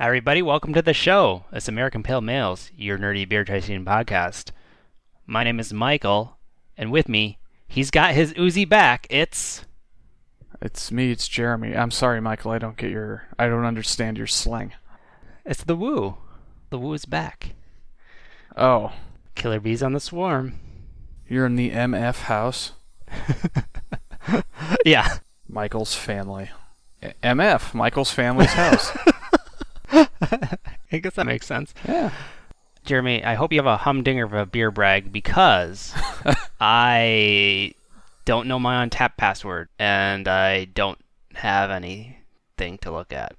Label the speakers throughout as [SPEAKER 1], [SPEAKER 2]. [SPEAKER 1] Hi, everybody. Welcome to the show. It's American Pale Males, your nerdy beer tasting podcast. My name is Michael, and with me, he's got his Uzi back. It's
[SPEAKER 2] It's me, it's Jeremy. I'm sorry, Michael, I don't get your I don't understand your slang.
[SPEAKER 1] it's the Woo. The Woo is back.
[SPEAKER 2] Oh,
[SPEAKER 1] Killer bees on the swarm.
[SPEAKER 2] you're in the MF house?
[SPEAKER 1] Yeah.
[SPEAKER 2] Michael's family. A- MF, Michael's family's house.
[SPEAKER 1] I guess that makes sense.
[SPEAKER 2] yeah.
[SPEAKER 1] Jeremy, I hope you have a humdinger of a beer brag because I don't know my on tap password and I don't have anything to look at.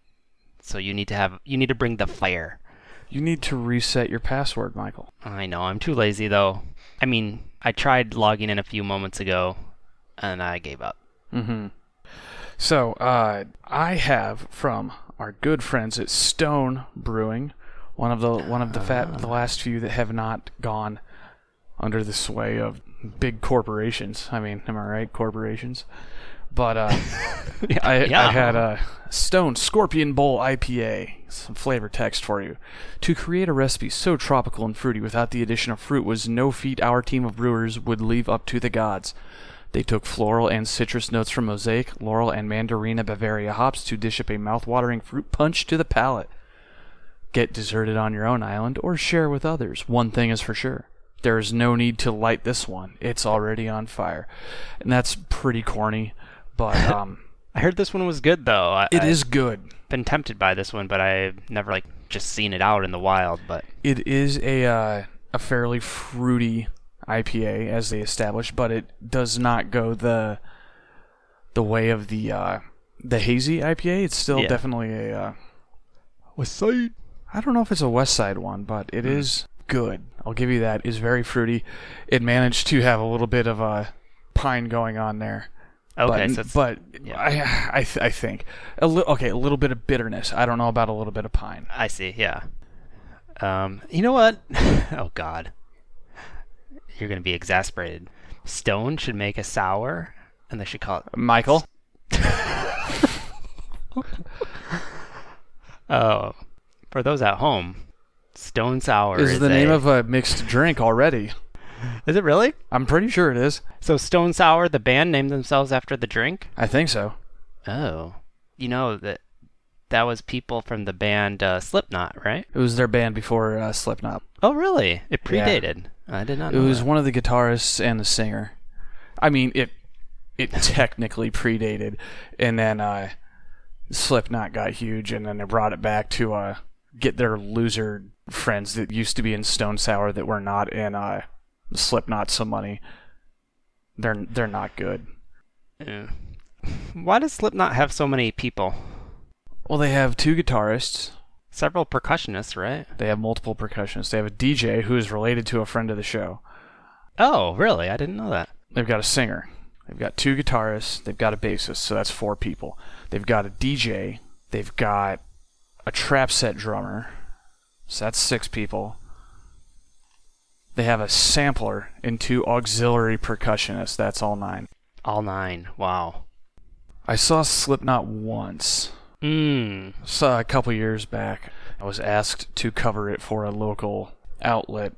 [SPEAKER 1] So you need to have you need to bring the fire.
[SPEAKER 2] You need to reset your password, Michael.
[SPEAKER 1] I know, I'm too lazy though. I mean, I tried logging in a few moments ago and I gave up.
[SPEAKER 2] Mm-hmm. So, uh I have from our good friends at Stone Brewing, one of the one of the fat the last few that have not gone under the sway of big corporations. I mean, am I right? Corporations. But uh I,
[SPEAKER 1] Yeah.
[SPEAKER 2] I had a Stone Scorpion Bowl IPA, some flavor text for you. To create a recipe so tropical and fruity without the addition of fruit was no feat our team of brewers would leave up to the gods. They took floral and citrus notes from Mosaic, Laurel, and Mandarina Bavaria hops to dish up a mouth-watering fruit punch to the palate. Get deserted on your own island or share with others. One thing is for sure. There is no need to light this one. It's already on fire. And that's pretty corny, but um
[SPEAKER 1] I heard this one was good though. I,
[SPEAKER 2] It
[SPEAKER 1] I've
[SPEAKER 2] is good.
[SPEAKER 1] been tempted by this one, but I've never like just seen it out in the wild, but
[SPEAKER 2] It is a uh, a fairly fruity IPA as they established, but it does not go the the way of the uh, the hazy IPA. It's still
[SPEAKER 1] Yeah.
[SPEAKER 2] definitely a uh,
[SPEAKER 1] was side.
[SPEAKER 2] I don't know if it's a West Side one, but it is good. I'll give you that. It's very fruity. It managed to have a little bit of a pine going on there.
[SPEAKER 1] Okay,
[SPEAKER 2] but,
[SPEAKER 1] so it's
[SPEAKER 2] but
[SPEAKER 1] yeah.
[SPEAKER 2] I I, th- I think a li- okay a little bit of bitterness. I don't know about a little bit of pine.
[SPEAKER 1] I see. Yeah. Um, you know what? oh God, you're gonna be exasperated. Stone should make a sour, and they should call it.
[SPEAKER 2] Michael,
[SPEAKER 1] Oh, for those at home, Stone Sour
[SPEAKER 2] is,
[SPEAKER 1] is,
[SPEAKER 2] the
[SPEAKER 1] a-
[SPEAKER 2] name of a mixed drink already.
[SPEAKER 1] Is it really?
[SPEAKER 2] I'm pretty sure it is.
[SPEAKER 1] So Stone Sour, the band named themselves after the drink.
[SPEAKER 2] I think so.
[SPEAKER 1] Oh, you know that that was people from the band uh, Slipknot, right?
[SPEAKER 2] It was their band before uh, Slipknot.
[SPEAKER 1] Oh, really? It predated. I did not
[SPEAKER 2] It
[SPEAKER 1] know.
[SPEAKER 2] was
[SPEAKER 1] that.
[SPEAKER 2] one of the guitarists and the singer. I mean, it it technically predated, and then uh, Slipknot got huge, and then they brought it back to uh, get their loser friends that used to be in Stone Sour that were not in uh, Slipknot some money. They're they're not good.
[SPEAKER 1] Yeah. Why does Slipknot have so many people?
[SPEAKER 2] Well, they have two guitarists.
[SPEAKER 1] Several percussionists, right?
[SPEAKER 2] They have multiple percussionists. They have a DJ who is related to a friend of the show.
[SPEAKER 1] Oh, really? I didn't know that.
[SPEAKER 2] They've got a singer. They've got two guitarists. They've got a bassist. So that's four people. They've got a DJ. They've got a trap set drummer. So that's six people. They have a sampler and two auxiliary percussionists. That's all nine.
[SPEAKER 1] All nine. Wow.
[SPEAKER 2] I saw Slipknot once.
[SPEAKER 1] Mmm.
[SPEAKER 2] Saw a couple years back. I was asked to cover it for a local outlet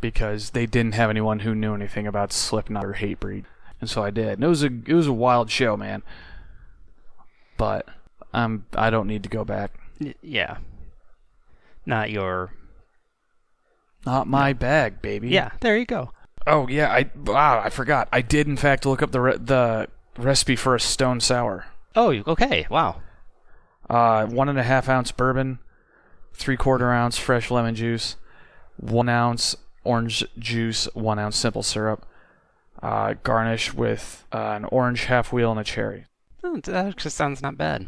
[SPEAKER 2] because they didn't have anyone who knew anything about Slipknot or Hatebreed, and so I did. And it was a it was a wild show, man. But I'm I don't need to go back.
[SPEAKER 1] Y- yeah. Not your.
[SPEAKER 2] Not my bag, baby.
[SPEAKER 1] Yeah, there you go.
[SPEAKER 2] Oh yeah. I wow. I forgot. I did in fact look up the re- the recipe for a stone sour.
[SPEAKER 1] Oh, you- okay. Wow.
[SPEAKER 2] uh, one and a half ounce bourbon, three quarter ounce fresh lemon juice, one ounce orange juice, one ounce simple syrup. Uh, garnish with uh, an orange half wheel and a cherry.
[SPEAKER 1] Oh, That actually sounds not bad.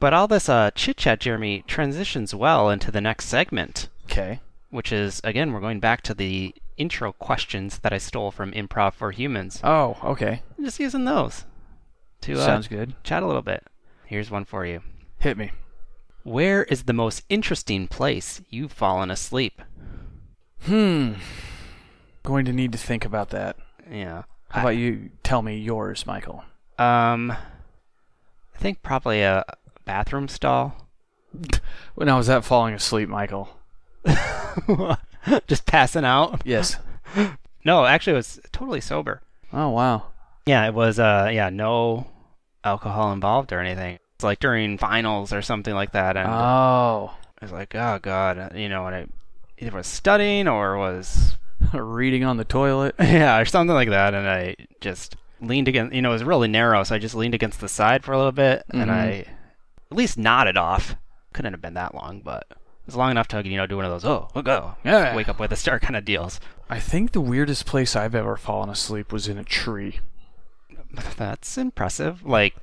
[SPEAKER 1] But all this uh, chit chat, Jeremy, transitions well into the next segment,
[SPEAKER 2] Okay.
[SPEAKER 1] which is, again, we're going back to the intro questions that I stole from Improv for Humans.
[SPEAKER 2] Oh, okay.
[SPEAKER 1] I'm just using those to uh,
[SPEAKER 2] Sounds good.
[SPEAKER 1] chat a little bit. Here's one for you.
[SPEAKER 2] Hit me.
[SPEAKER 1] Where is the most interesting place you've fallen asleep?
[SPEAKER 2] Hmm. Going to need to think about that.
[SPEAKER 1] Yeah.
[SPEAKER 2] How about you tell me yours, Michael?
[SPEAKER 1] Um, I think probably a bathroom stall.
[SPEAKER 2] When I was that falling asleep, Michael.
[SPEAKER 1] Just passing out.
[SPEAKER 2] Yes.
[SPEAKER 1] No, actually, it was totally sober.
[SPEAKER 2] Oh wow.
[SPEAKER 1] Yeah, it was. Uh, yeah, no alcohol involved or anything. It's like during finals or something like that, and
[SPEAKER 2] Oh,
[SPEAKER 1] I was like, oh god, you know, and I either was studying or was
[SPEAKER 2] reading on the toilet.
[SPEAKER 1] Yeah, or something like that. And I just leaned against, you know, it was really narrow, so I just leaned against the side for a little bit, and
[SPEAKER 2] Mhm.
[SPEAKER 1] I at least nodded off. Couldn't have been that long, but it was long enough to, you know, do one of those, oh, we'll go.
[SPEAKER 2] Yeah.
[SPEAKER 1] Wake up with a star kind of deals.
[SPEAKER 2] I think the weirdest place I've ever fallen asleep was in a tree.
[SPEAKER 1] That's impressive. Like,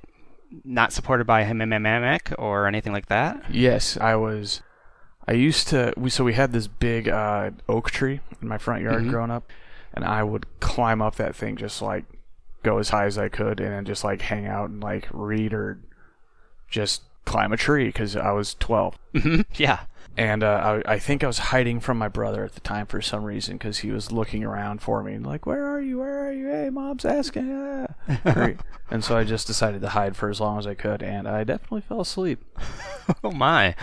[SPEAKER 1] not supported by MMMMEC or anything like that.
[SPEAKER 2] Yes, I was. I used to. We so we had this big uh, oak tree in my front yard
[SPEAKER 1] Mhm.
[SPEAKER 2] growing up, and I would climb up that thing just like go as high as I could, and then just like hang out and like read or just climb a tree because I was twelve.
[SPEAKER 1] Mhm, yeah.
[SPEAKER 2] And uh, I, I think I was hiding from my brother at the time for some reason because he was looking around for me and like, "Where are you? Where are you? Hey, mom's asking." ah." Right. and so I just decided to hide for as long as I could, and I definitely fell asleep.
[SPEAKER 1] Oh, my.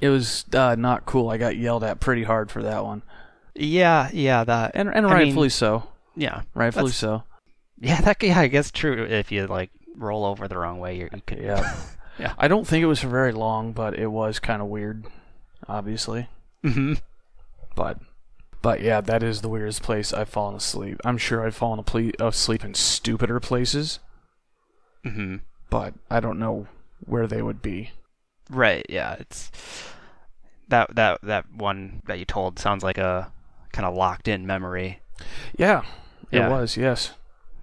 [SPEAKER 2] It was uh, not cool. I got yelled at pretty hard for that one,
[SPEAKER 1] Yeah, yeah, that.
[SPEAKER 2] and and
[SPEAKER 1] I mean-
[SPEAKER 2] rightfully so.
[SPEAKER 1] Yeah.
[SPEAKER 2] Rightfully
[SPEAKER 1] that's-
[SPEAKER 2] so.
[SPEAKER 1] Yeah, that, yeah, I guess true. If you, like, roll over the wrong way, you're, you could.
[SPEAKER 2] Yeah.
[SPEAKER 1] Yeah.
[SPEAKER 2] I don't think it was for very long, but it was kind of weird, obviously.
[SPEAKER 1] hmm
[SPEAKER 2] But but yeah, that is the weirdest place I've fallen asleep. I'm sure I've fallen aple- asleep in stupider places.
[SPEAKER 1] hmm
[SPEAKER 2] but I don't know where they would be.
[SPEAKER 1] Right, yeah, it's that that that one that you told sounds like a kind of locked in memory.
[SPEAKER 2] Yeah,
[SPEAKER 1] Yeah.
[SPEAKER 2] it was yes.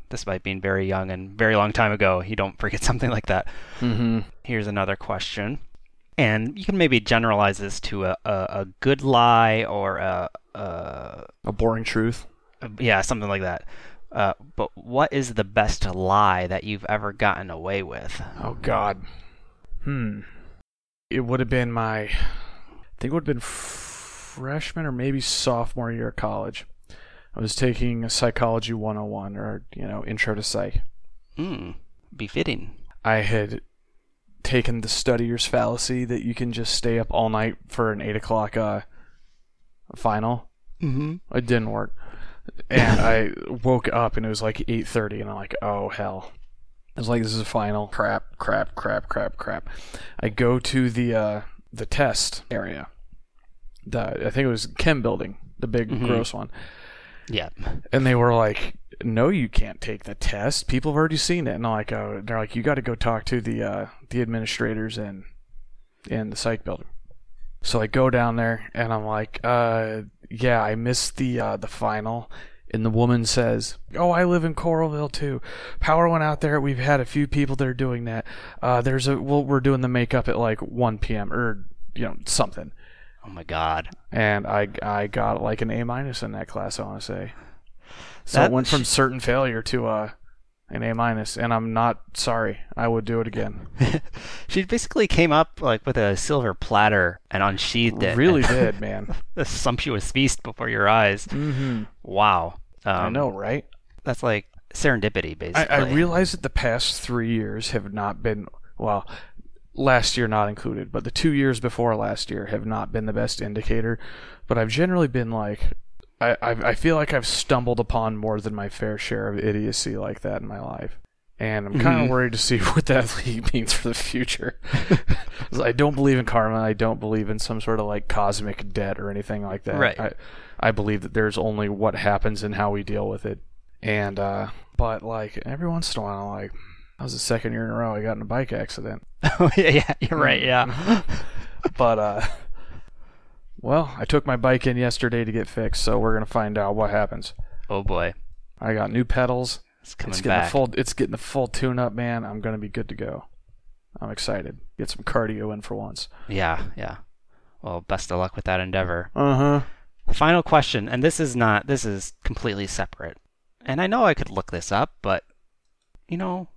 [SPEAKER 1] Despite being very young and very long time ago, you don't forget something like that.
[SPEAKER 2] Mm-hmm.
[SPEAKER 1] Here's another question. And you can maybe generalize this to a, a, a good lie or a, a,
[SPEAKER 2] A boring truth.
[SPEAKER 1] a yeah, something like that. Uh, but what is the best lie that you've ever gotten away with?
[SPEAKER 2] Oh God. Hmm. It would have been my. I think it would have been freshman or maybe sophomore year of college. I was taking psychology 101 or you know intro to psych.
[SPEAKER 1] Hmm, befitting.
[SPEAKER 2] I had taken the studier's fallacy that you can just stay up all night for an eight o'clock uh, final.
[SPEAKER 1] Mm-hmm.
[SPEAKER 2] It didn't work. And I woke up and it was like 8:30 and I'm like, "Oh hell." I was like, "This is a final crap, crap, crap, crap, crap." I go to the uh the test area. The I think it was chem building, the big
[SPEAKER 1] Mhm.
[SPEAKER 2] gross one.
[SPEAKER 1] Yeah.
[SPEAKER 2] And they were like, "No, you can't take the test. People have already seen it." And I'm like, "Oh, they're like, you got to go talk to the uh, the administrators and and the psych building." So I go down there and I'm like, uh, "Yeah, I missed the uh, the final." And the woman says, "Oh, I live in Coralville too. Power went out there. We've had a few people that are doing that. Uh, there's a well, we're doing the makeup at like 1 p.m. or you know something."
[SPEAKER 1] Oh my God.
[SPEAKER 2] and I I got like an A minus in that class. I want to say. So
[SPEAKER 1] That-
[SPEAKER 2] it went from certain failure to uh, an A minus, and I'm not sorry. I would do it again.
[SPEAKER 1] she basically came up like with a silver platter and unsheathed it.
[SPEAKER 2] really did, man.
[SPEAKER 1] a sumptuous feast before your eyes.
[SPEAKER 2] Mm-hmm.
[SPEAKER 1] Wow. Um,
[SPEAKER 2] I know, right?
[SPEAKER 1] That's like serendipity,
[SPEAKER 2] I,
[SPEAKER 1] basically.
[SPEAKER 2] I realize that the past three years have not been well, last year not included, but the two years before last year have not been the best indicator. But I've generally been like. I, I I feel like I've stumbled upon more than my fair share of idiocy like that in my life. and I'm kind of
[SPEAKER 1] Mhm.
[SPEAKER 2] worried to see what that league means for the future. 'Cause I don't believe in karma. I don't believe in some sort of like cosmic debt or anything like that.
[SPEAKER 1] Right.
[SPEAKER 2] I, I believe that there's only what happens and how we deal with it. And uh, but like every once in a while, like that was the second year in a row I got in a bike accident.
[SPEAKER 1] oh, yeah, yeah, you're right.
[SPEAKER 2] Mm-hmm.
[SPEAKER 1] Yeah.
[SPEAKER 2] But uh, well, I took my bike in yesterday to get fixed, so we're gonna find out what happens.
[SPEAKER 1] oh boy,
[SPEAKER 2] I got new pedals.
[SPEAKER 1] it's coming
[SPEAKER 2] It's getting
[SPEAKER 1] back.
[SPEAKER 2] the full. It's getting the full tune-up, man. I'm gonna be good to go. I'm excited. Get some cardio in for once.
[SPEAKER 1] yeah, yeah. Well, best of luck with that endeavor.
[SPEAKER 2] Uh huh.
[SPEAKER 1] Final question, and this is not. This is completely separate. And I know I could look this up, but you know,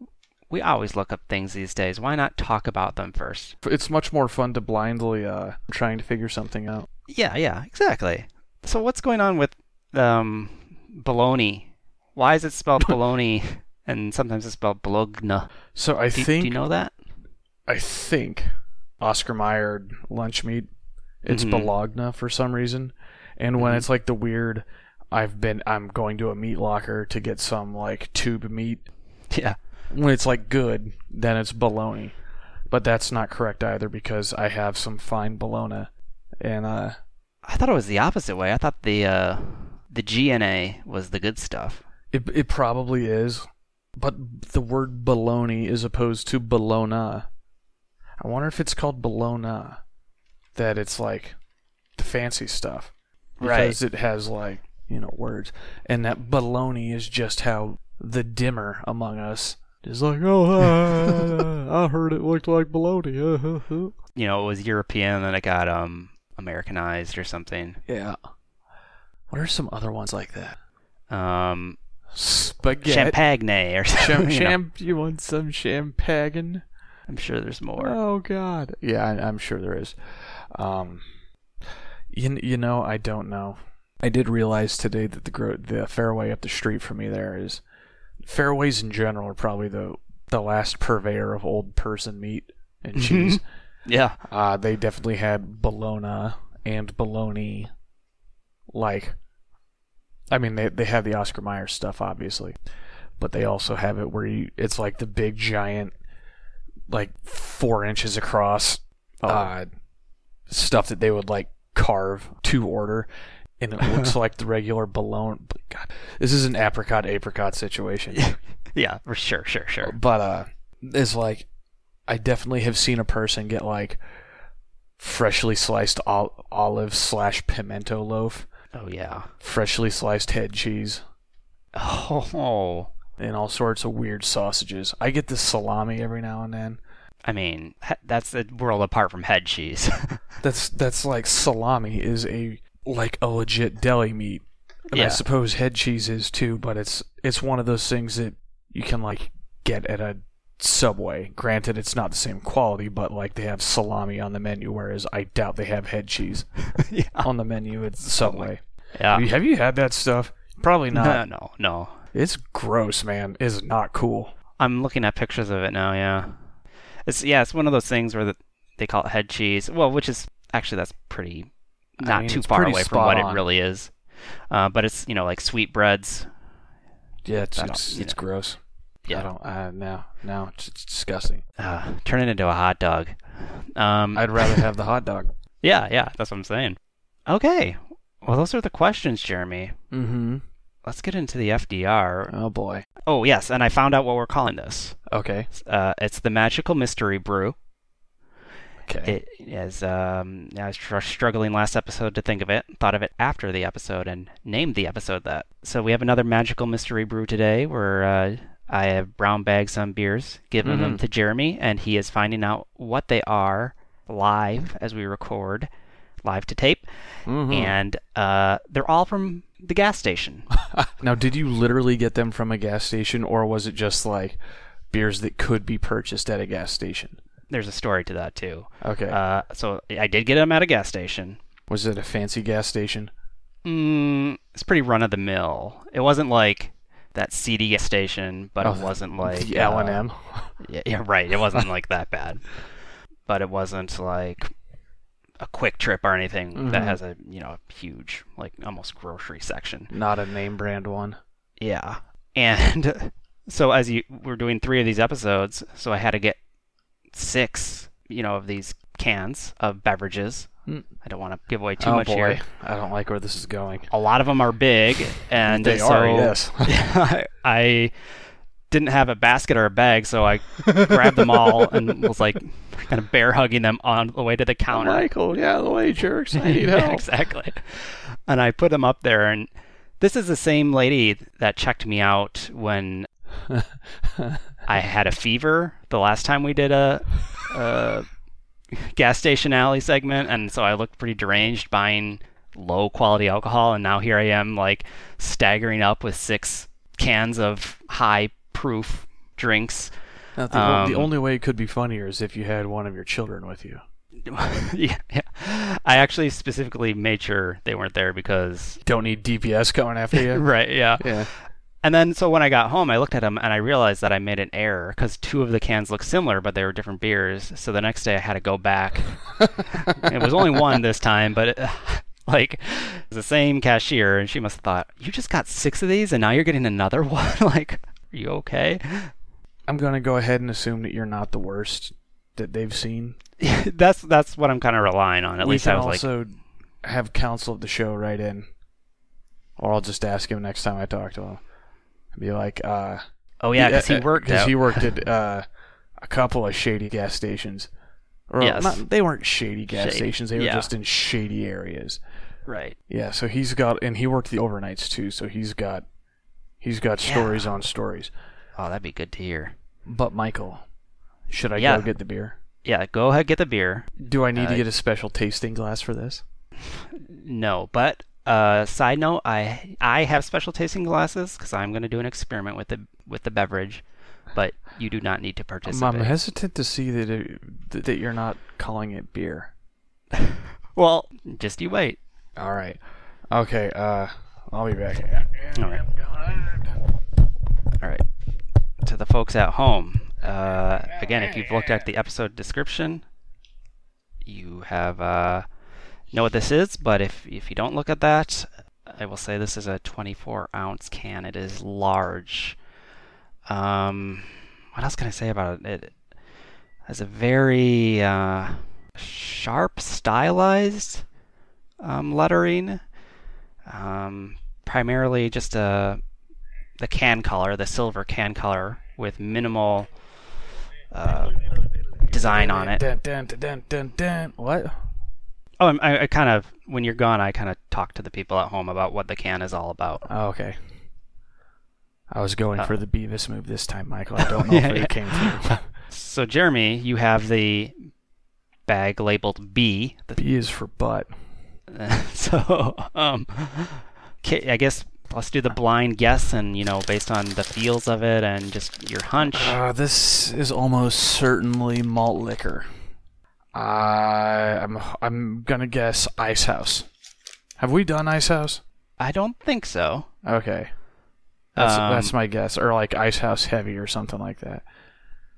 [SPEAKER 1] we always look up things these days. Why not talk about them first?
[SPEAKER 2] It's much more fun to blindly uh trying to figure something out.
[SPEAKER 1] Yeah, yeah, exactly. So what's going on with um baloney? Why is it spelled baloney and sometimes it's spelled bologna?
[SPEAKER 2] So I
[SPEAKER 1] Do,
[SPEAKER 2] think
[SPEAKER 1] do you know that?
[SPEAKER 2] I think Oscar Mayer lunch meat. It's
[SPEAKER 1] Mhm.
[SPEAKER 2] Bologna for some reason. And
[SPEAKER 1] Mm-hmm.
[SPEAKER 2] when it's like the weird, I've been I'm going to a meat locker to get some like tube meat.
[SPEAKER 1] Yeah.
[SPEAKER 2] When it's like good, then it's bologna. But that's not correct either because I have some fine bologna, and uh,
[SPEAKER 1] I thought it was the opposite way. I thought the uh, the GNA was the good stuff.
[SPEAKER 2] It it probably is, but the word baloney is opposed to Bologna. I wonder if it's called Bologna, that it's like the fancy stuff,
[SPEAKER 1] Right.
[SPEAKER 2] because it has like you know words, and that baloney is just how the dimmer among us is like. Oh, ah, I heard it looked like baloney.
[SPEAKER 1] You know, it was European, and then it got um Americanized or something.
[SPEAKER 2] yeah. What are some other ones like that?
[SPEAKER 1] Um,
[SPEAKER 2] Spaghetti.
[SPEAKER 1] Champagne or something.
[SPEAKER 2] Cham-
[SPEAKER 1] you know.
[SPEAKER 2] champ- you want some champagne?
[SPEAKER 1] I'm sure there's more.
[SPEAKER 2] Oh God. Yeah, I, I'm sure there is. Um, you you know, I don't know. I did realize today that the gro- the fairway up the street from me there is fairways in general are probably the the last purveyor of old person meat and
[SPEAKER 1] Mhm.
[SPEAKER 2] cheese.
[SPEAKER 1] Yeah.
[SPEAKER 2] Uh, they definitely had bologna and bologna. Like, I mean, they they have the Oscar Mayer stuff, obviously, but they also have it where you it's like the big giant, like four inches across,
[SPEAKER 1] Oh.
[SPEAKER 2] uh, stuff that they would like carve to order, and it looks like the regular bologna. God, this is an apricot apricot situation
[SPEAKER 1] Yeah. For sure. Sure. Sure.
[SPEAKER 2] but uh it's like i definitely have seen a person get like freshly sliced ol- olive slash pimento loaf
[SPEAKER 1] Oh yeah.
[SPEAKER 2] freshly sliced head cheese
[SPEAKER 1] Oh.
[SPEAKER 2] and all sorts of weird sausages i get this salami every now and then
[SPEAKER 1] I mean, he- that's a world apart from head cheese.
[SPEAKER 2] that's that's like salami is a like a legit deli meat and i
[SPEAKER 1] Yeah.
[SPEAKER 2] suppose head cheese is too but it's it's one of those things that you can like get at a subway granted it's not the same quality but like they have salami on the menu whereas i doubt they have head cheese
[SPEAKER 1] yeah.
[SPEAKER 2] on the menu at subway
[SPEAKER 1] Yeah.
[SPEAKER 2] have, you, have you had that stuff probably
[SPEAKER 1] No,
[SPEAKER 2] not
[SPEAKER 1] no, no.
[SPEAKER 2] it's gross man it's not cool
[SPEAKER 1] I'm looking at pictures of it now. Yeah, it's yeah, it's one of those things where the, they call it head cheese. Well, which is actually that's pretty
[SPEAKER 2] I
[SPEAKER 1] not
[SPEAKER 2] mean,
[SPEAKER 1] too
[SPEAKER 2] it's
[SPEAKER 1] far
[SPEAKER 2] pretty
[SPEAKER 1] away from what
[SPEAKER 2] spot on.
[SPEAKER 1] it really is. Uh, but it's you know like sweetbreads.
[SPEAKER 2] yeah it's,
[SPEAKER 1] I don't-
[SPEAKER 2] it's,
[SPEAKER 1] you
[SPEAKER 2] it's
[SPEAKER 1] know.
[SPEAKER 2] gross
[SPEAKER 1] Yeah.
[SPEAKER 2] i don't uh, no no it's, it's disgusting
[SPEAKER 1] Uh, turn it into a hot dog. Um,
[SPEAKER 2] i'd rather have the hot dog
[SPEAKER 1] yeah, yeah, that's what I'm saying. Okay, well those are the questions, Jeremy.
[SPEAKER 2] mm-hmm
[SPEAKER 1] Let's get into the FDR.
[SPEAKER 2] oh boy
[SPEAKER 1] Oh yes, and I found out what we're calling this.
[SPEAKER 2] okay
[SPEAKER 1] Uh, it's the Magical Mystery Brew.
[SPEAKER 2] Okay.
[SPEAKER 1] It is. Um, I was tr- struggling last episode to think of it. Thought of it after the episode and named the episode that. So we have another magical mystery brew today, where uh, I have brown bags on beers, giving them
[SPEAKER 2] Mhm.
[SPEAKER 1] to Jeremy, and he is finding out what they are live as we record, live to tape,
[SPEAKER 2] Mm-hmm. Hmm.
[SPEAKER 1] and uh, they're all from the gas station.
[SPEAKER 2] now, did you literally get them from a gas station, or was it just like beers that could be purchased at a gas station?
[SPEAKER 1] There's a story to that too.
[SPEAKER 2] Okay.
[SPEAKER 1] Uh, so I did get them at a gas station.
[SPEAKER 2] was it a fancy gas station?
[SPEAKER 1] Mm, it's pretty run of the mill. It wasn't like that CD station, but
[SPEAKER 2] Oh,
[SPEAKER 1] it wasn't like
[SPEAKER 2] the
[SPEAKER 1] uh,
[SPEAKER 2] L and M.
[SPEAKER 1] Yeah, yeah, right. It wasn't like that bad, but it wasn't like a quick trip or anything that
[SPEAKER 2] Mhm.
[SPEAKER 1] has a you know huge like almost grocery section.
[SPEAKER 2] Not a name brand one.
[SPEAKER 1] Yeah, and so as you we're doing three of these episodes, so I had to get six you know of these cans of beverages.
[SPEAKER 2] Mm.
[SPEAKER 1] I don't want to give away too
[SPEAKER 2] oh
[SPEAKER 1] much
[SPEAKER 2] boy,
[SPEAKER 1] here.
[SPEAKER 2] I don't like where this is going.
[SPEAKER 1] A lot of them are big, and
[SPEAKER 2] they
[SPEAKER 1] so
[SPEAKER 2] are yes.
[SPEAKER 1] I, I didn't have a basket or a bag, so I grabbed them all and was like kind of bear hugging them on the way to the counter.
[SPEAKER 2] Michael, yeah, the way jerks. I need
[SPEAKER 1] Yeah,
[SPEAKER 2] help.
[SPEAKER 1] exactly. And I put them up there, and this is the same lady that checked me out when I had a fever the last time we did a. a gas station alley segment and so i looked pretty deranged buying low quality alcohol and now here i am like staggering up with six cans of high proof drinks
[SPEAKER 2] Now, the, o- the
[SPEAKER 1] Um,
[SPEAKER 2] only way it could be funnier is if you had one of your children with you.
[SPEAKER 1] yeah, yeah. I actually specifically made sure they weren't there because
[SPEAKER 2] Don't need DPS coming after you.
[SPEAKER 1] right, yeah.
[SPEAKER 2] yeah.
[SPEAKER 1] And then, so when I got home, I looked at them and I realized that I made an error because two of the cans looked similar, but they were different beers. So the next day, I had to go back. it was only one this time, but it, like it was the same cashier, and she must have thought, "You just got six of these, and now you're getting another one." like, are you okay?
[SPEAKER 2] I'm gonna go ahead and assume that you're not the worst that they've seen.
[SPEAKER 1] that's that's what I'm kind of relying on. At
[SPEAKER 2] we
[SPEAKER 1] least
[SPEAKER 2] can
[SPEAKER 1] I was like,
[SPEAKER 2] also have counsel of the show right in, or I'll just ask him next time I talk to him. And be like, uh,
[SPEAKER 1] "Oh yeah, because he
[SPEAKER 2] uh,
[SPEAKER 1] worked."
[SPEAKER 2] 'cause
[SPEAKER 1] out.
[SPEAKER 2] he worked at uh, a couple of shady gas stations. Or
[SPEAKER 1] Yes.
[SPEAKER 2] not, they weren't shady gas
[SPEAKER 1] Shady,
[SPEAKER 2] stations. They were
[SPEAKER 1] yeah.
[SPEAKER 2] just in shady areas.
[SPEAKER 1] right.
[SPEAKER 2] Yeah, so he's got, and he worked the overnights too. So he's got, he's got stories on stories.
[SPEAKER 1] Oh, that'd be good to hear.
[SPEAKER 2] But Michael, should I
[SPEAKER 1] Yeah.
[SPEAKER 2] go get the beer?
[SPEAKER 1] Yeah, go ahead, get the beer.
[SPEAKER 2] Do I need
[SPEAKER 1] Uh,
[SPEAKER 2] to get a special tasting glass for this?
[SPEAKER 1] No, but uh, side note, I I have special tasting glasses because I'm gonna do an experiment with the with the beverage, but you do not need to
[SPEAKER 2] I'm
[SPEAKER 1] participate.
[SPEAKER 2] hesitant to see that it, th- that you're not calling it beer.
[SPEAKER 1] well, just you wait.
[SPEAKER 2] All right. Okay. Uh, I'll be back.
[SPEAKER 1] All right. All right. To the folks at home, uh, again, if you've looked at the episode description, you have uh, know what this is. But if if you don't look at that, I will say this is a 24 ounce can. It is large. Um, what else can I say about it? It has a very uh, sharp, stylized um, lettering. Um, primarily just a the can color, the silver can color, with minimal uh, design on it.
[SPEAKER 2] Dun, dun, dun, dun, dun, dun. What?
[SPEAKER 1] Oh, I'm- I, I kind of, when you're gone, I kind of talk to the people at home about what the can is all about.
[SPEAKER 2] Oh, okay. I was going
[SPEAKER 1] Uh.
[SPEAKER 2] for the Beavis move this time, Michael. I don't know
[SPEAKER 1] Yeah,
[SPEAKER 2] if it
[SPEAKER 1] yeah.
[SPEAKER 2] came through.
[SPEAKER 1] So, Jeremy, you have the bag labeled B. The-
[SPEAKER 2] B is for butt.
[SPEAKER 1] so, um, ca- I guess let's do the blind guess and, you know, based on the feels of it and just your hunch.
[SPEAKER 2] Uh, this is almost certainly malt liquor. I I'm I'm gonna guess Ice House. Have we done Ice House?
[SPEAKER 1] I don't think so.
[SPEAKER 2] Okay, that's
[SPEAKER 1] Um,
[SPEAKER 2] that's my guess, or like Ice House Heavy or something like that.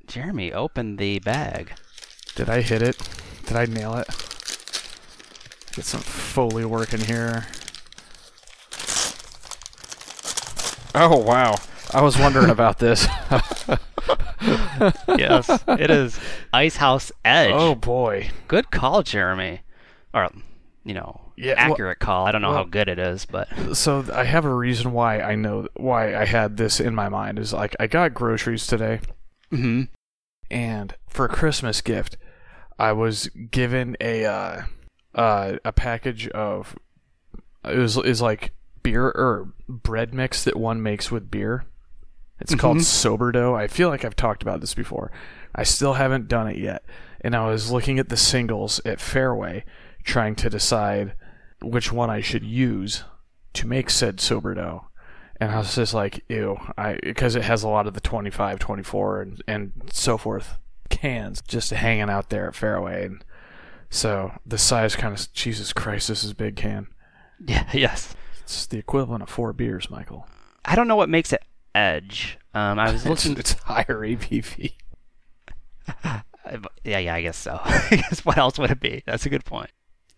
[SPEAKER 1] Jeremy, open the bag.
[SPEAKER 2] Did I hit it? Did I nail it? Get some foley work in here. Oh wow! I was wondering about this.
[SPEAKER 1] Yes, it is Ice House Edge.
[SPEAKER 2] oh boy!
[SPEAKER 1] Good call, Jeremy. Or, you know,
[SPEAKER 2] Yeah, well-
[SPEAKER 1] accurate call. I don't know how
[SPEAKER 2] well-
[SPEAKER 1] good it is, but
[SPEAKER 2] So th- I have a reason why I know why I had this in my mind is like I got groceries today. Mm-hmm.
[SPEAKER 1] Mhm.
[SPEAKER 2] and for a Christmas gift, I was given a uh, uh, a package of it was is like beer or bread mix that one makes with beer. It's called sober dough. I feel like I've talked about this before. I still haven't done it yet, and I was looking at the singles at Fairway, trying to decide which one I should use to make said sober dough. And I was just like, ew, I because it has a lot of the 25, 24, and, and so forth cans just hanging out there at Fairway. And so the size kind of, Jesus Christ, this is a big can.
[SPEAKER 1] yeah, yes.
[SPEAKER 2] It's the equivalent of four beers, Michael.
[SPEAKER 1] I don't know what makes it edge. Um, I was
[SPEAKER 2] It's,
[SPEAKER 1] looking.
[SPEAKER 2] it's higher ABV.
[SPEAKER 1] yeah, yeah, I guess so. I guess what else would it be? That's a good point.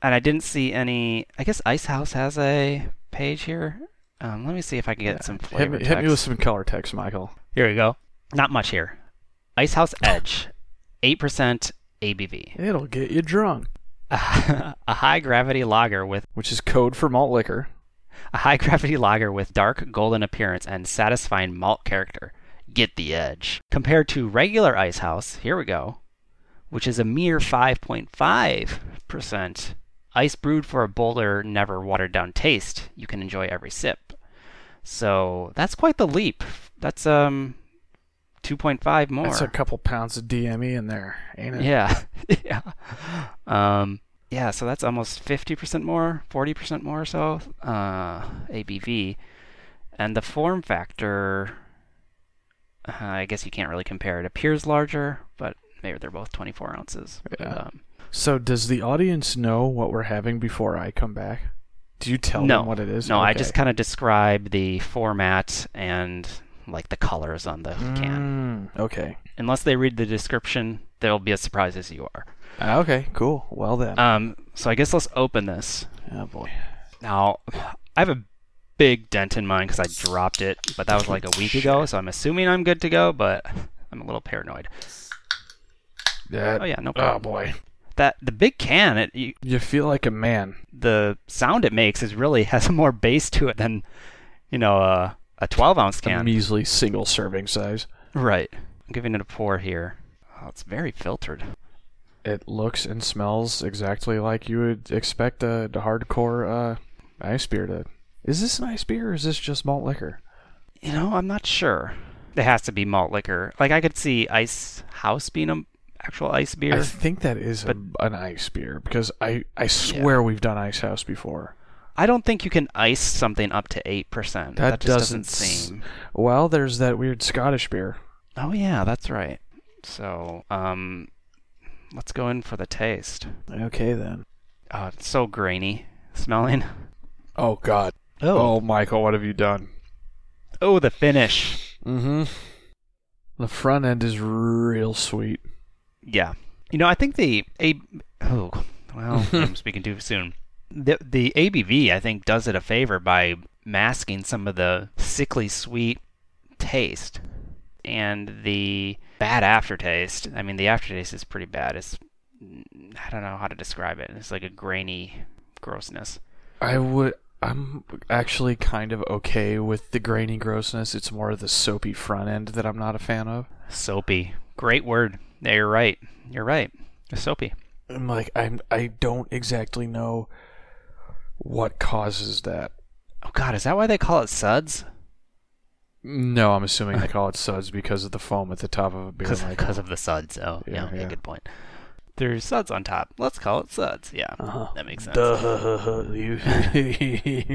[SPEAKER 1] And I didn't see any. I guess Ice House has a page here. Um, let me see if I can get some
[SPEAKER 2] Hit
[SPEAKER 1] flavor.
[SPEAKER 2] me, hit me
[SPEAKER 1] text.
[SPEAKER 2] with some color text, Michael.
[SPEAKER 1] Here we go. Not much here. Ice House Edge, eight percent ABV.
[SPEAKER 2] It'll get you drunk,
[SPEAKER 1] a high gravity lager with
[SPEAKER 2] which is code for malt liquor.
[SPEAKER 1] A high gravity lager with dark golden appearance and satisfying malt character. Get the edge. Compared to regular Ice House, here we go, which is a mere 5.5%. Ice brewed for a bolder, never watered down taste. You can enjoy every sip. So that's quite the leap. That's um 2.5 more.
[SPEAKER 2] That's a couple pounds of DME in there, ain't it?
[SPEAKER 1] Yeah. yeah. Um, yeah, so that's almost 50% more, 40% more or so uh, ABV. And the form factor, uh, I guess you can't really compare. It appears larger, but maybe they're both 24 ounces.
[SPEAKER 2] Yeah.
[SPEAKER 1] Um,
[SPEAKER 2] So does the audience know what we're having before I come back? Do you tell
[SPEAKER 1] no,
[SPEAKER 2] them what it is?
[SPEAKER 1] No, I
[SPEAKER 2] Okay.
[SPEAKER 1] just kind of describe the format and like the colors on the can.
[SPEAKER 2] Mm, okay.
[SPEAKER 1] Unless they read the description, they'll be as surprised as you are.
[SPEAKER 2] Ah, Okay. Cool. Well then.
[SPEAKER 1] Um, so I guess let's open this.
[SPEAKER 2] oh boy.
[SPEAKER 1] Now, I have a big dent in mine because I dropped it, but that was like a week ago, so I'm assuming I'm good to go, but I'm a little paranoid.
[SPEAKER 2] That,
[SPEAKER 1] Oh yeah, no
[SPEAKER 2] Oh
[SPEAKER 1] problem.
[SPEAKER 2] boy.
[SPEAKER 1] That the big can, it, you,
[SPEAKER 2] You feel like a man.
[SPEAKER 1] the sound it makes is really has more bass to it than you know uh, a 12 ounce
[SPEAKER 2] A
[SPEAKER 1] can.
[SPEAKER 2] measly single serving size.
[SPEAKER 1] Right. I'm giving it a pour here. Oh, it's very filtered.
[SPEAKER 2] It looks and smells exactly like you would expect a, a hardcore uh, ice beer to. Is this an ice beer or is this just malt liquor?
[SPEAKER 1] You know, I'm not sure. It has to be malt liquor. Like I could see Ice House being an actual ice beer.
[SPEAKER 2] I think that is a, an ice beer because I, I swear we've done Ice House before.
[SPEAKER 1] I don't think you can ice something up to eight percent.
[SPEAKER 2] That,
[SPEAKER 1] just doesn't,
[SPEAKER 2] s-
[SPEAKER 1] seem.
[SPEAKER 2] Well, there's that weird Scottish beer.
[SPEAKER 1] Oh yeah, that's right. So, um, let's go in for the taste.
[SPEAKER 2] Okay then.
[SPEAKER 1] Oh, it's so grainy smelling.
[SPEAKER 2] Oh God. Oh Michael, what have you done?
[SPEAKER 1] Oh, the finish.
[SPEAKER 2] Mm-hmm. The front end is real sweet.
[SPEAKER 1] Yeah. You know, I think the a oh well, I'm speaking too soon. The the ABV I think does it a favor by masking some of the sickly sweet taste and the bad aftertaste. I mean, the aftertaste is pretty bad. It's I don't know how to describe it. It's like a grainy grossness.
[SPEAKER 2] I would. I'm actually kind of okay with the grainy grossness. It's more of the soapy front end that I'm not a fan of.
[SPEAKER 1] Soapy. Great word. Yeah, you're right. You're right. It's soapy.
[SPEAKER 2] I'm like I'm. I don't exactly know what causes that.
[SPEAKER 1] Oh god, is that why they call it suds?
[SPEAKER 2] No, I'm assuming they call it suds because of the foam at the top of a beer.
[SPEAKER 1] because
[SPEAKER 2] Michael.
[SPEAKER 1] of the suds. Oh,
[SPEAKER 2] Yeah,
[SPEAKER 1] yeah, okay,
[SPEAKER 2] yeah.
[SPEAKER 1] good point. There's suds on top. Let's call it suds. Yeah,
[SPEAKER 2] Uh-huh.
[SPEAKER 1] that makes sense.
[SPEAKER 2] Duh, you-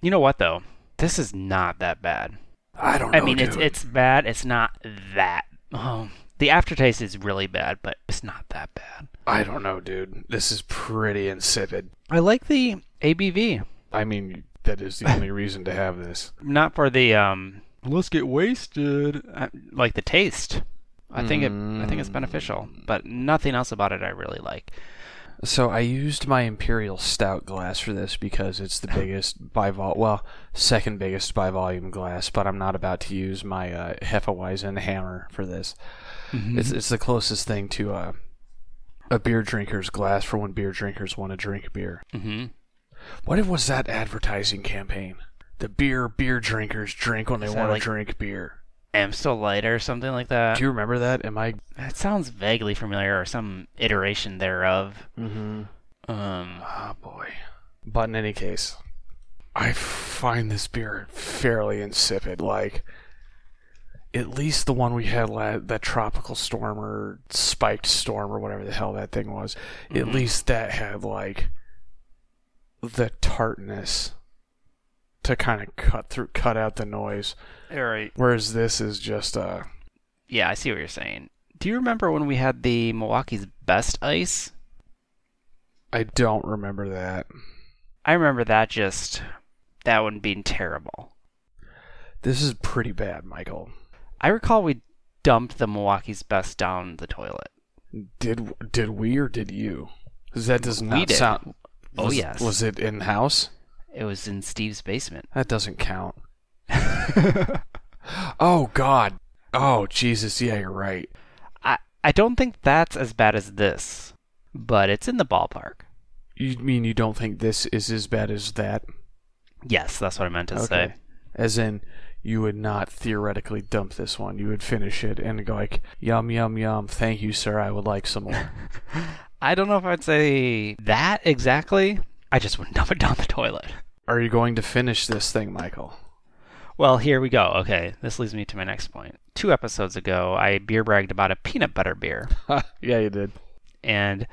[SPEAKER 1] You know what though? This is not that bad.
[SPEAKER 2] I don't know.
[SPEAKER 1] I mean, it's
[SPEAKER 2] Oh, dude.
[SPEAKER 1] it's bad. It's not that. Oh, the aftertaste is really bad, but it's not that bad.
[SPEAKER 2] I don't know, dude. This is pretty insipid.
[SPEAKER 1] I like the ABV,
[SPEAKER 2] I mean, that is the only reason to have this.
[SPEAKER 1] not for the um. Let's get wasted. I, like the taste. I think it. I think it's beneficial, but nothing else about it I really like.
[SPEAKER 2] So I used my imperial stout glass for this because it's the biggest by vol well, second biggest by volume glass. But I'm not about to use my uh, Hefeweizen hammer for this.
[SPEAKER 1] Mm-hmm.
[SPEAKER 2] It's it's the closest thing to uh, a beer drinker's glass for when beer drinkers want to drink beer.
[SPEAKER 1] hmm
[SPEAKER 2] What was that advertising campaign? The beer beer drinkers drink when they
[SPEAKER 1] Is that
[SPEAKER 2] want to
[SPEAKER 1] like-
[SPEAKER 2] drink beer.
[SPEAKER 1] Am so lighter or something like that.
[SPEAKER 2] Do you remember that? Am I?
[SPEAKER 1] That sounds vaguely familiar, or some iteration thereof.
[SPEAKER 2] Mm-hmm.
[SPEAKER 1] Um,
[SPEAKER 2] Ah, boy. But in any case, I find this beer fairly insipid. Like, at least the one we had la that tropical storm or spiked storm or whatever the hell that thing was,
[SPEAKER 1] Mm-hmm.
[SPEAKER 2] at least that had, like, the tartness to kind of cut through, cut out the noise.
[SPEAKER 1] all right.
[SPEAKER 2] Whereas this is just, uh,
[SPEAKER 1] Yeah, I see what you're saying. Do you remember when we had the Milwaukee's best ice?
[SPEAKER 2] I don't remember that.
[SPEAKER 1] I remember that just that one being terrible.
[SPEAKER 2] This is pretty bad, Michael.
[SPEAKER 1] I recall we dumped the Milwaukee's best down the toilet.
[SPEAKER 2] Did did we or did you? 'Cause that does
[SPEAKER 1] We
[SPEAKER 2] not
[SPEAKER 1] did.
[SPEAKER 2] sound.
[SPEAKER 1] Oh,
[SPEAKER 2] was,
[SPEAKER 1] yes.
[SPEAKER 2] Was it in house?
[SPEAKER 1] It was in Steve's basement.
[SPEAKER 2] That doesn't count. Oh God. Oh Jesus. Yeah, you're right.
[SPEAKER 1] I I don't think that's as bad as this, but it's in the ballpark.
[SPEAKER 2] You mean you don't think this is as bad as that?
[SPEAKER 1] Yes, that's what I meant to say.
[SPEAKER 2] As in, you would not theoretically dump this one. You would finish it and go like, yum yum yum. Thank you, sir. I would like some more.
[SPEAKER 1] I don't know if I'd say that exactly. I just wouldn't dump it down the toilet.
[SPEAKER 2] Are you going to finish this thing, Michael?
[SPEAKER 1] Well, here we go. Okay, this leads me to my next point. Two episodes ago, I beer bragged about a peanut butter beer,
[SPEAKER 2] yeah, you did.
[SPEAKER 1] and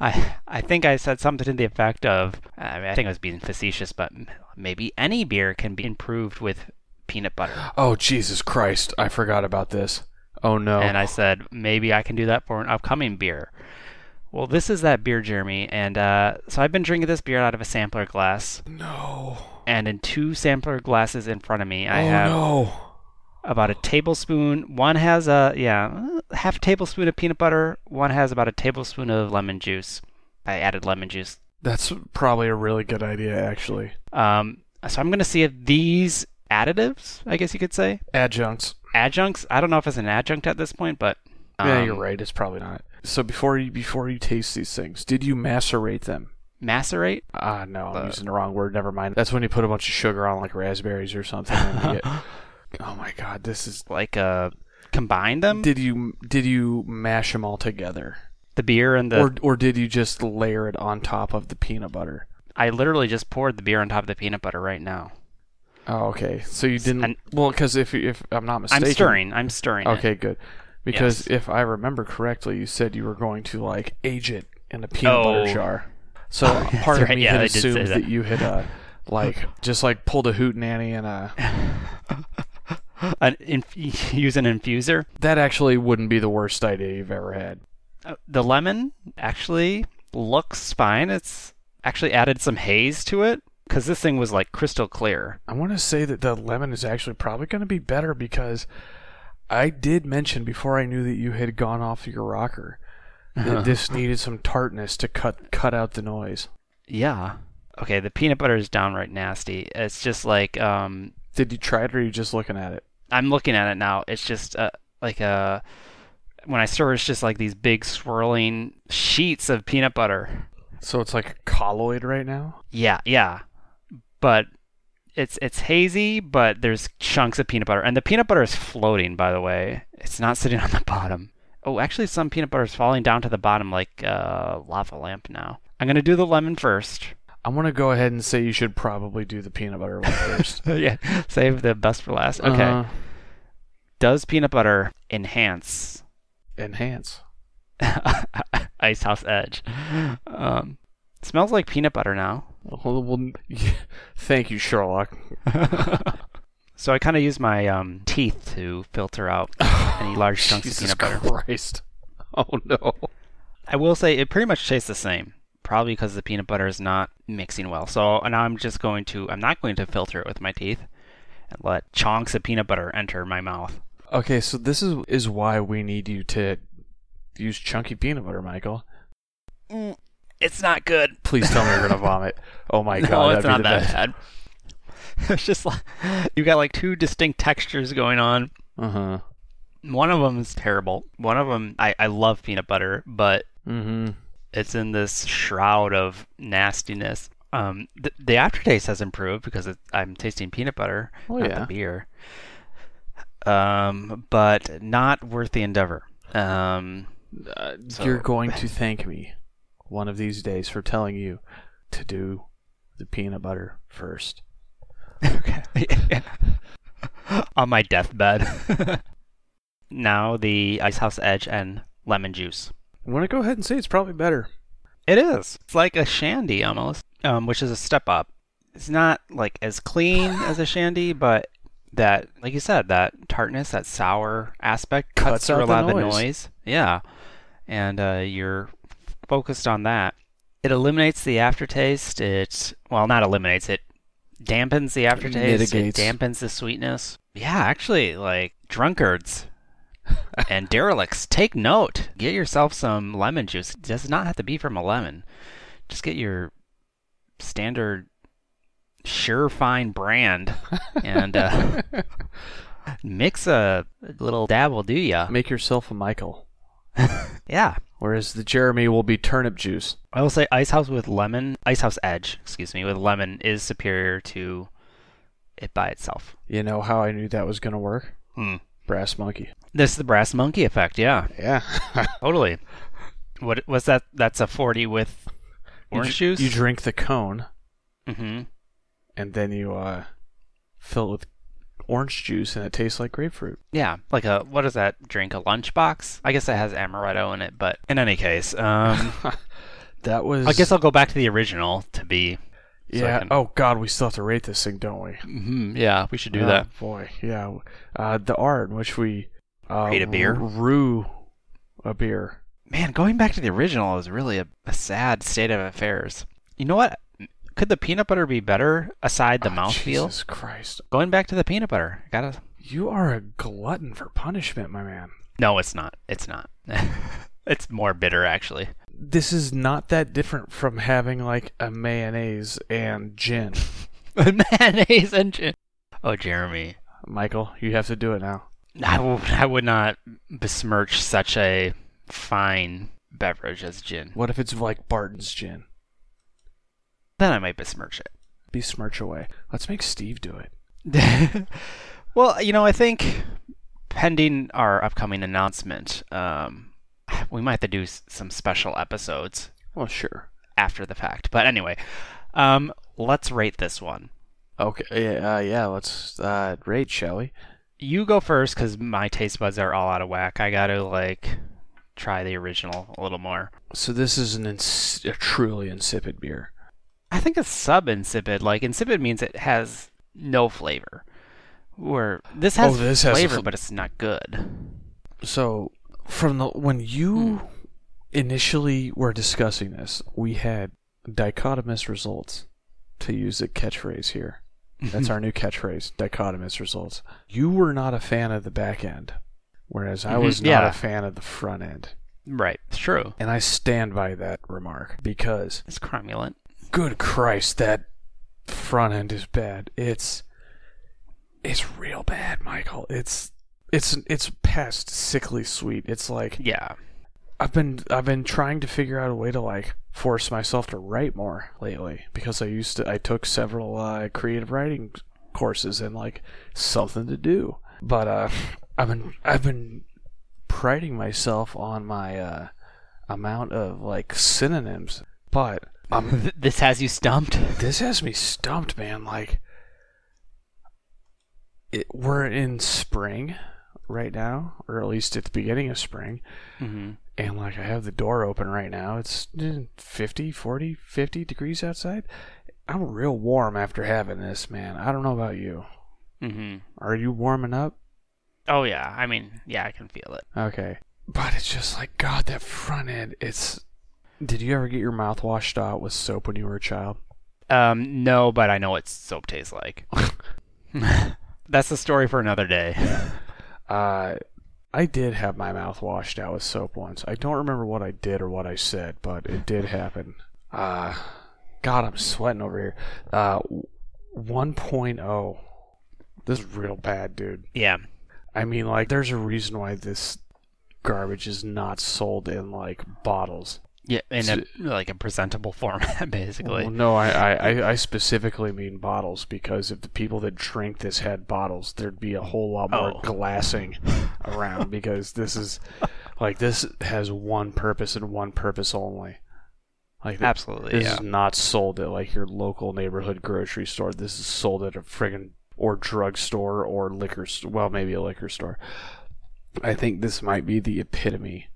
[SPEAKER 1] I I think I said something to the effect of I, mean, I think I was being facetious, but m- maybe any beer can be improved with peanut butter.
[SPEAKER 2] Oh Jesus Christ! I forgot about this. Oh no.
[SPEAKER 1] And I said maybe I can do that for an upcoming beer. Well, this is that beer, Jeremy, and uh, so I've been drinking this beer out of a sampler glass,
[SPEAKER 2] No.
[SPEAKER 1] and in two sampler glasses in front of me, I
[SPEAKER 2] oh
[SPEAKER 1] have
[SPEAKER 2] no.
[SPEAKER 1] about a tablespoon. One has a yeah, half a tablespoon of peanut butter. One has about a tablespoon of lemon juice. I added lemon juice.
[SPEAKER 2] That's probably a really good idea, actually.
[SPEAKER 1] Um, so I'm gonna see if these additives, I guess you could say,
[SPEAKER 2] Adjuncts.
[SPEAKER 1] adjuncts. I don't know if it's an adjunct at this point, but
[SPEAKER 2] yeah,
[SPEAKER 1] um,
[SPEAKER 2] you're right. It's probably not. So before you before you taste these things, did you macerate them?
[SPEAKER 1] Macerate.
[SPEAKER 2] Ah, no, I'm
[SPEAKER 1] Uh,
[SPEAKER 2] using the wrong word. Never mind. That's when you put a bunch of sugar on, like raspberries or something. and you get- oh my God, this is.
[SPEAKER 1] like uh combine them
[SPEAKER 2] Did you did you mash them all together,
[SPEAKER 1] the beer and the
[SPEAKER 2] or or did you just layer it on top of the peanut butter?
[SPEAKER 1] I literally just poured the beer on top of the peanut butter right now.
[SPEAKER 2] Oh, okay. So you didn't.
[SPEAKER 1] And-
[SPEAKER 2] well, because if you- if I'm not mistaken,
[SPEAKER 1] I'm stirring. I'm stirring. it.
[SPEAKER 2] Okay, good. Because
[SPEAKER 1] Yes.
[SPEAKER 2] if I remember correctly, you said you were going to like age it in a peanut butter
[SPEAKER 1] Oh.
[SPEAKER 2] jar. So
[SPEAKER 1] that's
[SPEAKER 2] part of
[SPEAKER 1] right.
[SPEAKER 2] me
[SPEAKER 1] Yeah,
[SPEAKER 2] had
[SPEAKER 1] I did say
[SPEAKER 2] assumed that.
[SPEAKER 1] that.
[SPEAKER 2] you had uh, like just like pulled a hoot nanny and uh
[SPEAKER 1] An inf- use an infuser.
[SPEAKER 2] that actually wouldn't be the worst idea you've ever had.
[SPEAKER 1] Uh, The lemon actually looks fine. It's actually added some haze to it because this thing was like crystal clear.
[SPEAKER 2] I want to say that the lemon is actually probably going to be better because I did mention before I knew that you had gone off your rocker
[SPEAKER 1] Uh-huh.
[SPEAKER 2] that this needed some tartness to cut cut out the noise.
[SPEAKER 1] Yeah. Okay, the peanut butter is downright nasty. It's just like um,
[SPEAKER 2] Did you try it or are you just looking at it?
[SPEAKER 1] I'm looking at it now. It's just uh, like a when I stir, it's just like these big swirling sheets of peanut butter.
[SPEAKER 2] So it's like a colloid right now.
[SPEAKER 1] Yeah, yeah, but it's it's hazy, but there's chunks of peanut butter, and the peanut butter is floating. By the way, it's not sitting on the bottom. Oh, actually, some peanut butter is falling down to the bottom like a lava lamp now. I'm gonna do the lemon first.
[SPEAKER 2] I'm gonna go ahead and say you should probably do the peanut butter one first.
[SPEAKER 1] yeah, save the best for last. Okay.
[SPEAKER 2] Uh,
[SPEAKER 1] Does peanut butter enhance
[SPEAKER 2] enhance.
[SPEAKER 1] Ice House Edge. Um, smells like peanut butter now.
[SPEAKER 2] Well, well, thank you, Sherlock.
[SPEAKER 1] so I kind of use my um, teeth to filter out any large chunks
[SPEAKER 2] Jesus
[SPEAKER 1] of peanut butter.
[SPEAKER 2] Christ. Oh no.
[SPEAKER 1] I will say it pretty much tastes the same, probably because the peanut butter is not mixing well. So now I'm just going to, I'm not going to filter it with my teeth and let chunks of peanut butter enter my mouth.
[SPEAKER 2] Okay, so this is is why we need you to use chunky peanut butter, Michael.
[SPEAKER 1] Mm, it's not good.
[SPEAKER 2] Please tell me you're gonna vomit. Oh my
[SPEAKER 1] no,
[SPEAKER 2] god,
[SPEAKER 1] it's not
[SPEAKER 2] that'd be the
[SPEAKER 1] that
[SPEAKER 2] best.
[SPEAKER 1] bad. it's just like, you got like two distinct textures going on.
[SPEAKER 2] Uh huh.
[SPEAKER 1] One of them is terrible. One of them, I, I love peanut butter, but
[SPEAKER 2] Mm-hmm.
[SPEAKER 1] it's in this shroud of nastiness. Um, the, the aftertaste has improved because it, I'm tasting peanut butter,
[SPEAKER 2] Oh,
[SPEAKER 1] not
[SPEAKER 2] yeah.
[SPEAKER 1] the beer. Um, but not worth the endeavor. Um,
[SPEAKER 2] Uh,
[SPEAKER 1] So-
[SPEAKER 2] You're going to thank me one of these days for telling you to do the peanut butter first.
[SPEAKER 1] okay. On my deathbed. now the ice house edge and lemon juice.
[SPEAKER 2] I'm gonna go ahead and say it's probably better.
[SPEAKER 1] It is. It's like a shandy almost, um, which is a step up. It's not like as clean as a shandy, but that, like you said, that tartness, that sour aspect cuts,
[SPEAKER 2] Cuts
[SPEAKER 1] through
[SPEAKER 2] out
[SPEAKER 1] a lot
[SPEAKER 2] the
[SPEAKER 1] of the
[SPEAKER 2] noise.
[SPEAKER 1] noise. Yeah, and uh, you're focused on that. It eliminates the aftertaste. It well, not eliminates it. Dampens the aftertaste.
[SPEAKER 2] Mitigates.
[SPEAKER 1] It dampens the sweetness. Yeah, actually, like drunkards and derelicts, take note. Get yourself some lemon juice. It does not have to be from a lemon. Just get your standard sure fine brand and uh, mix a little dabble, do ya?
[SPEAKER 2] Make yourself a Michael.
[SPEAKER 1] Yeah.
[SPEAKER 2] Whereas the Jeremy will be turnip juice.
[SPEAKER 1] I will say Ice House with lemon, Ice House Edge, excuse me, with lemon is superior to it by itself.
[SPEAKER 2] You know how I knew that was going to work? Brass monkey.
[SPEAKER 1] This is the brass monkey effect, yeah.
[SPEAKER 2] Yeah.
[SPEAKER 1] Totally. What was that? That's a 40 with orange
[SPEAKER 2] you,
[SPEAKER 1] juice?
[SPEAKER 2] you drink the cone
[SPEAKER 1] mm-hmm.
[SPEAKER 2] and then you uh, fill it with orange juice and it tastes like grapefruit.
[SPEAKER 1] Yeah, like a what is that drink? A lunchbox? I guess that has amaretto in it, but in any case, um,
[SPEAKER 2] That was.
[SPEAKER 1] I guess I'll go back to the original to be. so I
[SPEAKER 2] Yeah.
[SPEAKER 1] can-
[SPEAKER 2] Oh, God, we still have to rate this thing, don't we?
[SPEAKER 1] Mm-hmm, yeah, we should do
[SPEAKER 2] oh,
[SPEAKER 1] that.
[SPEAKER 2] boy. Yeah. Uh, the art in which we. Uh,
[SPEAKER 1] Rate a beer?
[SPEAKER 2] r- Rue a beer.
[SPEAKER 1] man, going back to the original is really a, a sad state of affairs. You know what? Could the peanut butter be better aside the
[SPEAKER 2] Ah,
[SPEAKER 1] mouthfeel?
[SPEAKER 2] Jesus Christ.
[SPEAKER 1] Going back to the peanut butter, I gotta.
[SPEAKER 2] You are a glutton for punishment, my man.
[SPEAKER 1] No, it's not. It's not. it's more bitter actually.
[SPEAKER 2] This is not that different from having like a mayonnaise and gin.
[SPEAKER 1] Mayonnaise and gin. Oh, Jeremy,
[SPEAKER 2] Michael, you have to do it now.
[SPEAKER 1] I, w- I would not besmirch such a fine beverage as gin.
[SPEAKER 2] What if it's like Barton's gin?
[SPEAKER 1] Then I might besmirch it.
[SPEAKER 2] Besmirch away. Let's make Steve do it.
[SPEAKER 1] well, you know, I think pending our upcoming announcement, um, we might have to do s- some special episodes
[SPEAKER 2] Well, sure.
[SPEAKER 1] after the fact. But anyway, um, let's rate this one.
[SPEAKER 2] Okay. Yeah. Uh, yeah. Let's uh, rate, shall we?
[SPEAKER 1] You go first because my taste buds are all out of whack. I got to like try the original a little more.
[SPEAKER 2] So this is an ins- a truly insipid beer.
[SPEAKER 1] I think it's sub insipid. Like insipid means it has no flavor. Where this has
[SPEAKER 2] Oh, this has a
[SPEAKER 1] flavor,
[SPEAKER 2] fl-
[SPEAKER 1] but it's not good.
[SPEAKER 2] So from the when you initially were discussing this, we had dichotomous results. To use a catchphrase here, that's our new catchphrase: dichotomous results. You were not a fan of the back end, whereas I
[SPEAKER 1] Mhm,
[SPEAKER 2] was not
[SPEAKER 1] yeah.
[SPEAKER 2] a fan of the front end,
[SPEAKER 1] right. It's true.
[SPEAKER 2] and I stand by that remark because
[SPEAKER 1] It's cromulent.
[SPEAKER 2] good Christ, that front end is bad. It's it's real bad, Michael. It's it's it's past sickly sweet. It's like
[SPEAKER 1] Yeah.
[SPEAKER 2] I've been I've been trying to figure out a way to like force myself to write more lately because I used to I took several uh, creative writing courses and like something to do. But uh, I've been I've been priding myself on my uh, amount of like synonyms, but I'm
[SPEAKER 1] Th- this has you stumped.
[SPEAKER 2] this has me stumped, man. Like, it, we're in spring right now, or at least at the beginning of spring,
[SPEAKER 1] Mm-hmm.
[SPEAKER 2] and like I have the door open right now. It's eh, 50, 40, 50 degrees outside. I'm real warm after having this, man. I don't know about you.
[SPEAKER 1] Mm-hmm.
[SPEAKER 2] Are you warming up?
[SPEAKER 1] Oh yeah. I mean, yeah, I can feel it.
[SPEAKER 2] Okay. But it's just like, God, that front end, it's. Did you ever get your mouth washed out with soap when you were a child?
[SPEAKER 1] Um, no, but I know what soap tastes like. That's a story for another day.
[SPEAKER 2] Uh, I did have my mouth washed out with soap once. I don't remember what I did or what I said, but it did happen. Uh, God, I'm sweating over here. Uh, w- 1.0. This is real bad, dude.
[SPEAKER 1] yeah.
[SPEAKER 2] I mean, like, there's a reason why this garbage is not sold in, like, bottles.
[SPEAKER 1] Yeah, in a, like a presentable format, basically.
[SPEAKER 2] Well, no, I, I, I- I specifically mean bottles because if the people that drink this had bottles, there'd be a whole lot more
[SPEAKER 1] Oh.
[SPEAKER 2] glassing around because this is like this has one purpose and one purpose only. Like th-
[SPEAKER 1] Absolutely.
[SPEAKER 2] this
[SPEAKER 1] Yeah.
[SPEAKER 2] is not sold at like your local neighborhood grocery store. This is sold at a friggin' or drugstore or liquor. St- well, maybe a liquor store. I think this might be the epitome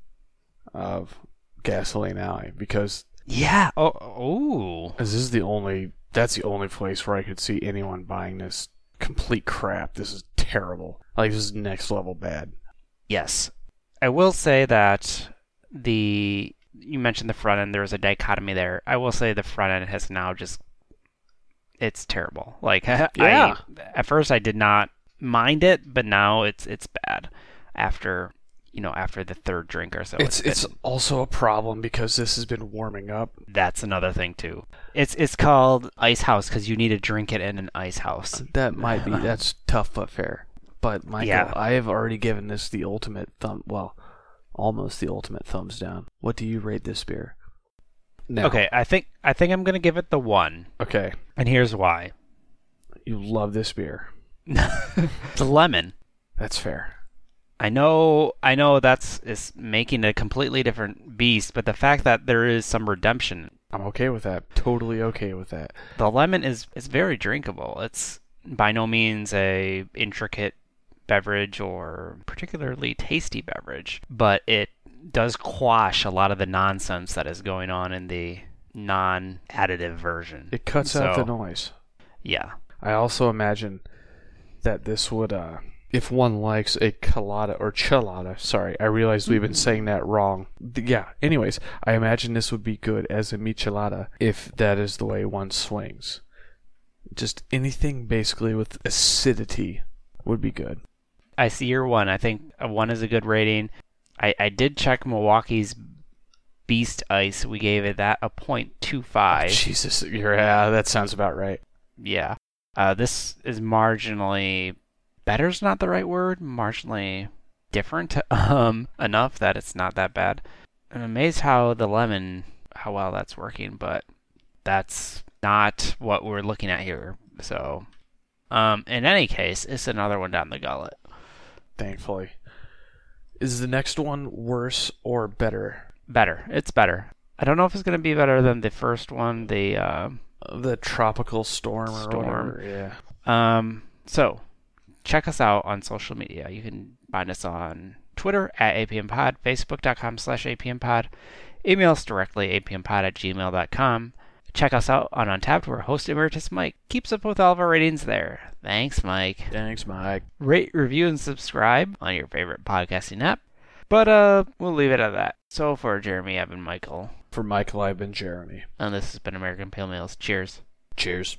[SPEAKER 2] of gasoline alley because
[SPEAKER 1] Yeah. Oh. Oh.
[SPEAKER 2] this is the only. That's the only place where I could see anyone buying this complete crap. This is terrible. Like this is next level bad.
[SPEAKER 1] Yes. I will say that the you mentioned the front end there was a dichotomy there. I will say the front end has now just it's terrible. Like
[SPEAKER 2] Yeah.
[SPEAKER 1] I at first I did not mind it, but now it's it's bad after you know after the third drink or so.
[SPEAKER 2] it's
[SPEAKER 1] been-
[SPEAKER 2] it's also a problem because this has been warming up.
[SPEAKER 1] that's another thing too. It's it's called ice house cuz you need to drink it in an ice house.
[SPEAKER 2] That might be that's tough but fair. But Michael,
[SPEAKER 1] Yeah.
[SPEAKER 2] I have already given this the ultimate thumb. Well, almost the ultimate thumbs down. What do you rate this beer? Now,
[SPEAKER 1] Okay, I think I think I'm going to give it the 1
[SPEAKER 2] Okay.
[SPEAKER 1] and here's why.
[SPEAKER 2] You love this beer.
[SPEAKER 1] the lemon
[SPEAKER 2] That's fair.
[SPEAKER 1] I know, I know that's is making a completely different beast, but the fact that there is some redemption,
[SPEAKER 2] I'm okay with that. Totally okay with that.
[SPEAKER 1] the lemon is is very drinkable. It's by no means a intricate beverage or particularly tasty beverage, but it does quash a lot of the nonsense that is going on in the non-additive version.
[SPEAKER 2] It cuts out
[SPEAKER 1] So,
[SPEAKER 2] the noise.
[SPEAKER 1] Yeah.
[SPEAKER 2] I also imagine that this would uh if one likes a colada or chelada, sorry, I realized we've been saying that wrong. Th- Yeah, anyways, I imagine this would be good as a michelada if that is the way one swings. Just anything basically with acidity would be good.
[SPEAKER 1] I see your one. I think a one is a good rating. I, I did check Milwaukee's Beast Ice. We gave it that a point two
[SPEAKER 2] Oh,
[SPEAKER 1] five.
[SPEAKER 2] Jesus, you're, yeah, that sounds about right.
[SPEAKER 1] yeah. Uh, this is marginally better's not the right word. Marginally different um, enough that it's not that bad. I'm amazed how the lemon how well that's working, but that's not what we're looking at here. So, um, in any case, it's another one down the gullet.
[SPEAKER 2] Thankfully. Is the next one worse or better?
[SPEAKER 1] better. It's better. I don't know if it's going to be better than the first one. The uh,
[SPEAKER 2] The tropical storm or
[SPEAKER 1] Storm.
[SPEAKER 2] whatever. Yeah.
[SPEAKER 1] um, so check us out on social media. You can find us on Twitter at apmpod, facebook.com slash apmpod, email us directly apmpod at gmail.com. Check us out on Untapped, where host emeritus Mike keeps up with all of our ratings there. Thanks, Mike.
[SPEAKER 2] Thanks, Mike.
[SPEAKER 1] Rate, review, and subscribe on your favorite podcasting app. But uh, we'll leave it at that. So for Jeremy, I've been Michael,
[SPEAKER 2] For Michael, I've been Jeremy.
[SPEAKER 1] and this has been American Pale Males. Cheers.
[SPEAKER 2] Cheers.